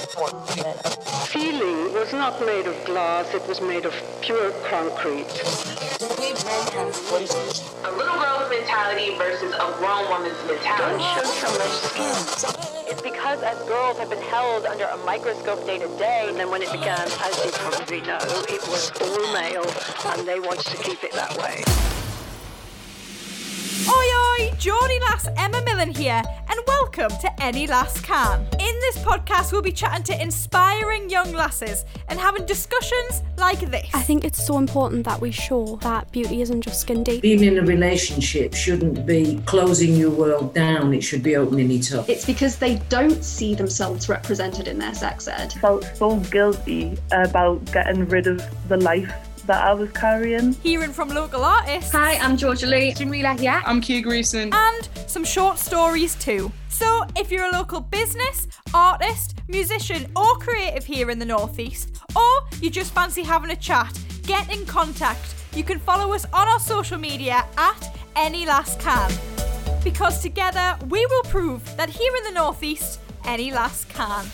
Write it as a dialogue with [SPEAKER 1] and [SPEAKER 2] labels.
[SPEAKER 1] important.
[SPEAKER 2] Feeling was not made of glass, it was made of pure concrete.
[SPEAKER 1] We men have voices.
[SPEAKER 3] A little girl's mentality versus a grown woman's mentality.
[SPEAKER 4] It's because as girls have been held under a microscope day to day, and then when it began, as you probably know, it was all male, and they wanted to keep it that way.
[SPEAKER 5] Oi, oi, Geordie lass Emma Millen here, and welcome to Any Lass Can. In this podcast, we'll be chatting to inspiring young lasses and having discussions like this.
[SPEAKER 6] I think it's so important that we show that beauty isn't just skin deep.
[SPEAKER 7] being in a relationship shouldn't be closing your world down, it should be opening it up.
[SPEAKER 8] It's because they don't see themselves represented in their sex ed.
[SPEAKER 9] felt so guilty about getting rid of the life that I was carrying.
[SPEAKER 5] Hearing from local artists
[SPEAKER 8] Hi, I'm Georgia Lee.
[SPEAKER 5] and some short stories too. So, if you're a local business, artist, musician, or creative here in the Northeast, or you just fancy having a chat, get in contact. You can follow us on our social media at Any Last Can. Because together we will prove that here in the Northeast, Any Last Can.